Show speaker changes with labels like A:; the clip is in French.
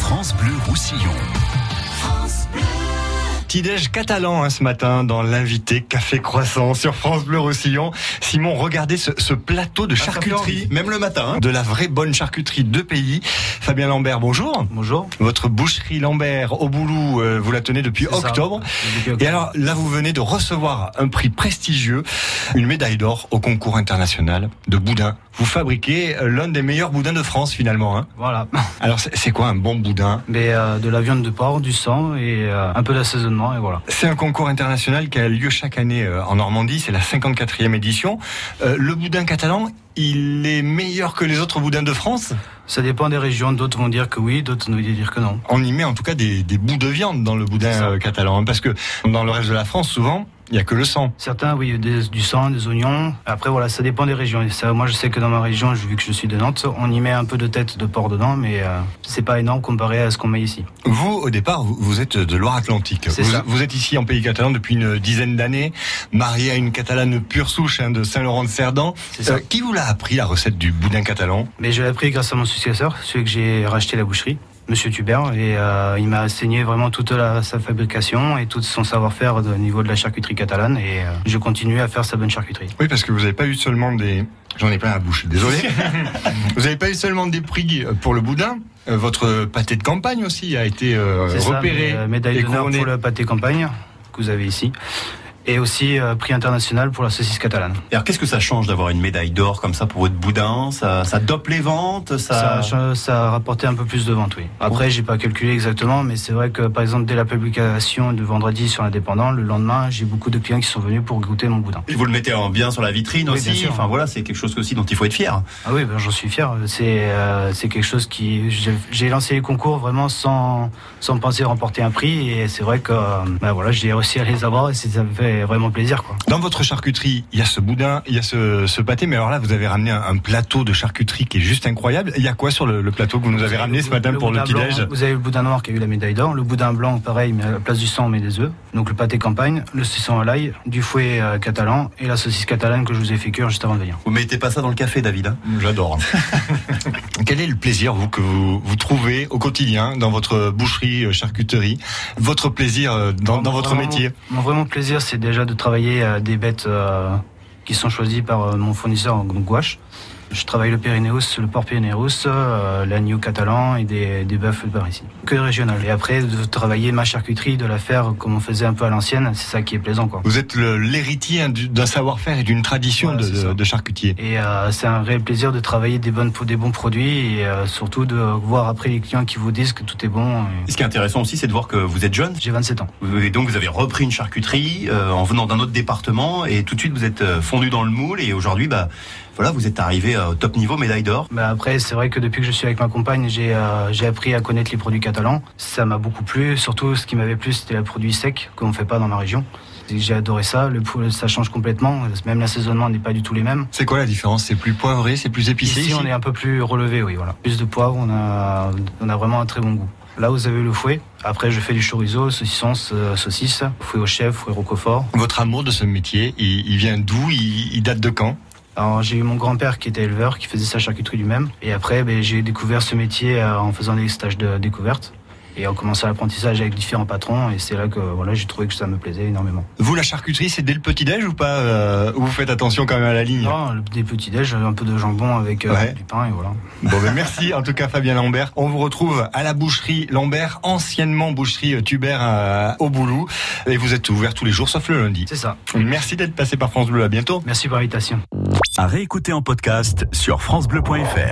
A: France Bleu Roussillon.
B: Petit-déj catalan hein, ce matin dans l'invité Café Croissant sur France Bleu Roussillon. Simon, regardez ce, ce plateau
C: Ah,
B: de charcuterie,
C: même le matin. hein.
B: de la vraie bonne charcuterie de pays. Fabien Lambert, bonjour.
D: Bonjour.
B: Votre boucherie Lambert au Boulou, euh, vous la tenez depuis
D: C'est ça.
B: octobre. Et alors là, vous venez de recevoir un prix prestigieux, une médaille d'or au concours international de boudin. Vous fabriquez euh, l'un des meilleurs boudins de France finalement. hein.
D: Voilà.
B: Alors c'est c'est quoi un bon boudin
D: Mais euh, de la viande de porc, du sang et euh, un peu d'assaisonnement et voilà.
B: C'est un concours international qui a lieu chaque année euh, en Normandie, c'est la 54e édition. Euh, le boudin catalan, il est meilleur que les autres boudins de France
D: Ça dépend des régions. D'autres vont dire que oui, d'autres vont dire que non.
B: On y met en tout cas des, des bouts de viande dans le boudin
D: C'est ça.
B: euh, catalan, hein, parce que dans le reste de la France, souvent, il n'y a que le sang.
D: Certains, oui, des- du sang, des oignons. Après, voilà, ça dépend des régions. Et ça, moi, je sais que dans ma région, vu que je suis de Nantes, on y met un peu de tête de porc dedans, mais euh, c'est pas énorme comparé à ce qu'on met ici.
B: Vous, au départ, vous- vous êtes de Loire-Atlantique.
D: C'est
B: Vous,
D: ça.
B: vous êtes ici en pays catalan depuis une dizaine d'années, marié à une catalane pure souche hein, de Saint-Laurent-de-Cerdan.
D: C'est ça.
B: Euh, qui vous l'a appris, la recette du boudin catalan
D: Mais je l'ai appris grâce à mon successeur, celui que j'ai racheté la boucherie, Monsieur Tubert, et euh, il m'a enseigné vraiment toute la- sa fabrication et tout son savoir-faire au niveau de la charcuterie catalane. Et euh, je continue à faire sa bonne charcuterie.
B: Oui, parce que vous n'avez pas eu seulement des... J'en ai plein à la bouche, désolé. vous n'avez pas eu seulement des prix pour le boudin. euh, Votre pâté de campagne aussi a été euh,
D: C'est ça,
B: repéré.
D: mais, euh, médaille
B: et
D: d'honneur
B: couronné.
D: pour le pâté campagne que vous avez ici. Et aussi euh, prix international pour la saucisse catalane.
C: Et Alors qu'est-ce que ça change d'avoir une médaille d'or comme ça pour votre boudin ça, ça dope les ventes
D: Ça,
C: ça...
D: ça, a rapporté un peu plus de ventes, oui. Après, j'ai pas calculé exactement, mais c'est vrai que par exemple, dès la publication de vendredi sur l'indépendant, le lendemain, j'ai beaucoup de clients qui sont venus pour goûter mon boudin.
C: Vous le mettez en bien sur la vitrine
D: Oui, bien
C: aussi.
D: sûr.
C: Enfin voilà, c'est quelque chose aussi dont il faut être fier.
D: Ah oui, ben, j'en suis fier. C'est euh, c'est quelque chose qui. j'ai- J'ai lancé les concours vraiment sans, sans penser remporter un prix, et c'est vrai que euh, ben, voilà, j'ai réussi à les avoir, et c'est- ça me fait vraiment plaisir, quoi.
B: Dans votre charcuterie, il y a ce boudin, il y a ce, ce pâté, mais alors là, vous avez ramené un, un plateau de charcuterie qui est juste incroyable. Il y a quoi sur le, le plateau que vous nous avez ramené ce matin pour le
D: boudin blanc,
B: petit-déj
D: hein. Vous avez le boudin noir qui a eu la médaille d'or, le boudin blanc, pareil, mais à la place du sang, on met des œufs. Donc le pâté campagne, le saucisson à l'ail, du fouet euh, catalan et la saucisse catalane que je vous ai fait cuire juste avant de venir.
C: Vous mettez pas ça dans le café, David. hein
D: Mm,
B: J'adore. Quel est le plaisir, vous, que vous, vous trouvez au quotidien dans votre boucherie, euh, charcuterie Votre plaisir euh, dans, dans
D: Mon
B: votre
D: vraiment-
B: métier
D: Mon vraiment plaisir, c'est déjà de travailler euh, des bêtes euh, qui sont choisies par euh, mon fournisseur en gouache. Je travaille le Pyrénéos, le porc Pyrénéos, euh, l'agneau catalan et des, des bœufs par ici. Que régional. Et après, de travailler ma charcuterie, de la faire comme on faisait un peu à l'ancienne, c'est ça qui est plaisant, quoi.
B: Vous êtes le- l'héritier hein, du- d'un savoir-faire et d'une tradition
D: Voilà,
B: de-
D: c'est
B: de,
D: ça.
B: de charcutier.
D: Et euh, c'est un réel plaisir de travailler des, bonnes, des bons produits et euh, surtout de voir après les clients qui vous disent que tout est bon. Et
C: Ce qui est intéressant aussi, c'est de voir que vous êtes jeune.
D: J'ai 27 ans.
C: Et donc vous avez repris une charcuterie euh, en venant d'un autre département et tout de suite vous êtes euh, fondu dans le moule et aujourd'hui bah voilà vous êtes arrivé euh, au top niveau médaille d'or.
D: Bah après, c'est vrai que depuis que je suis avec ma compagne, j'ai euh, j'ai appris à connaître les produits catalans. Ça m'a beaucoup plu. Surtout, ce qui m'avait plu, c'était les produits secs qu'on ne fait pas dans ma région. Et J'ai adoré ça. Le pou- ça change complètement. Même l'assaisonnement n'est pas du tout les mêmes.
B: C'est quoi la différence C'est plus poivré, c'est plus épicé
D: Ici,
B: ici
D: on est un peu plus relevé, oui, voilà. Plus de poivre, on a, on a vraiment un très bon goût. Là, vous avez le fouet. Après, je fais du chorizo, saucisson, euh, saucisse, fouet au chef, fouet roquefort.
B: Votre amour de ce métier, il, il vient d'où il, il date de quand
D: Alors j'ai eu mon grand-père qui était éleveur, qui faisait sa charcuterie lui-même. Et après, ben, j'ai découvert ce métier euh, en faisant des stages de découverte. Et en commençant l'apprentissage avec différents patrons. Et c'est là que voilà, j'ai trouvé que ça me plaisait énormément.
B: Vous, la charcuterie, c'est dès le petit-déj ou pas euh, Ou vous faites attention quand même à la ligne
D: Non, le- des petits déj, un peu de jambon avec euh,
B: Mmh. Ouais.
D: du pain et voilà.
B: Bon, ben merci en tout cas Fabien Lambert. On vous retrouve à la boucherie Lambert, anciennement boucherie Tuber au Boulou. Et vous êtes ouvert tous les jours sauf le lundi.
D: C'est ça.
B: Merci d'être passé par France Bleu, à bientôt.
D: Merci pour l'invitation.
E: À réécouter en podcast sur FranceBleu.fr.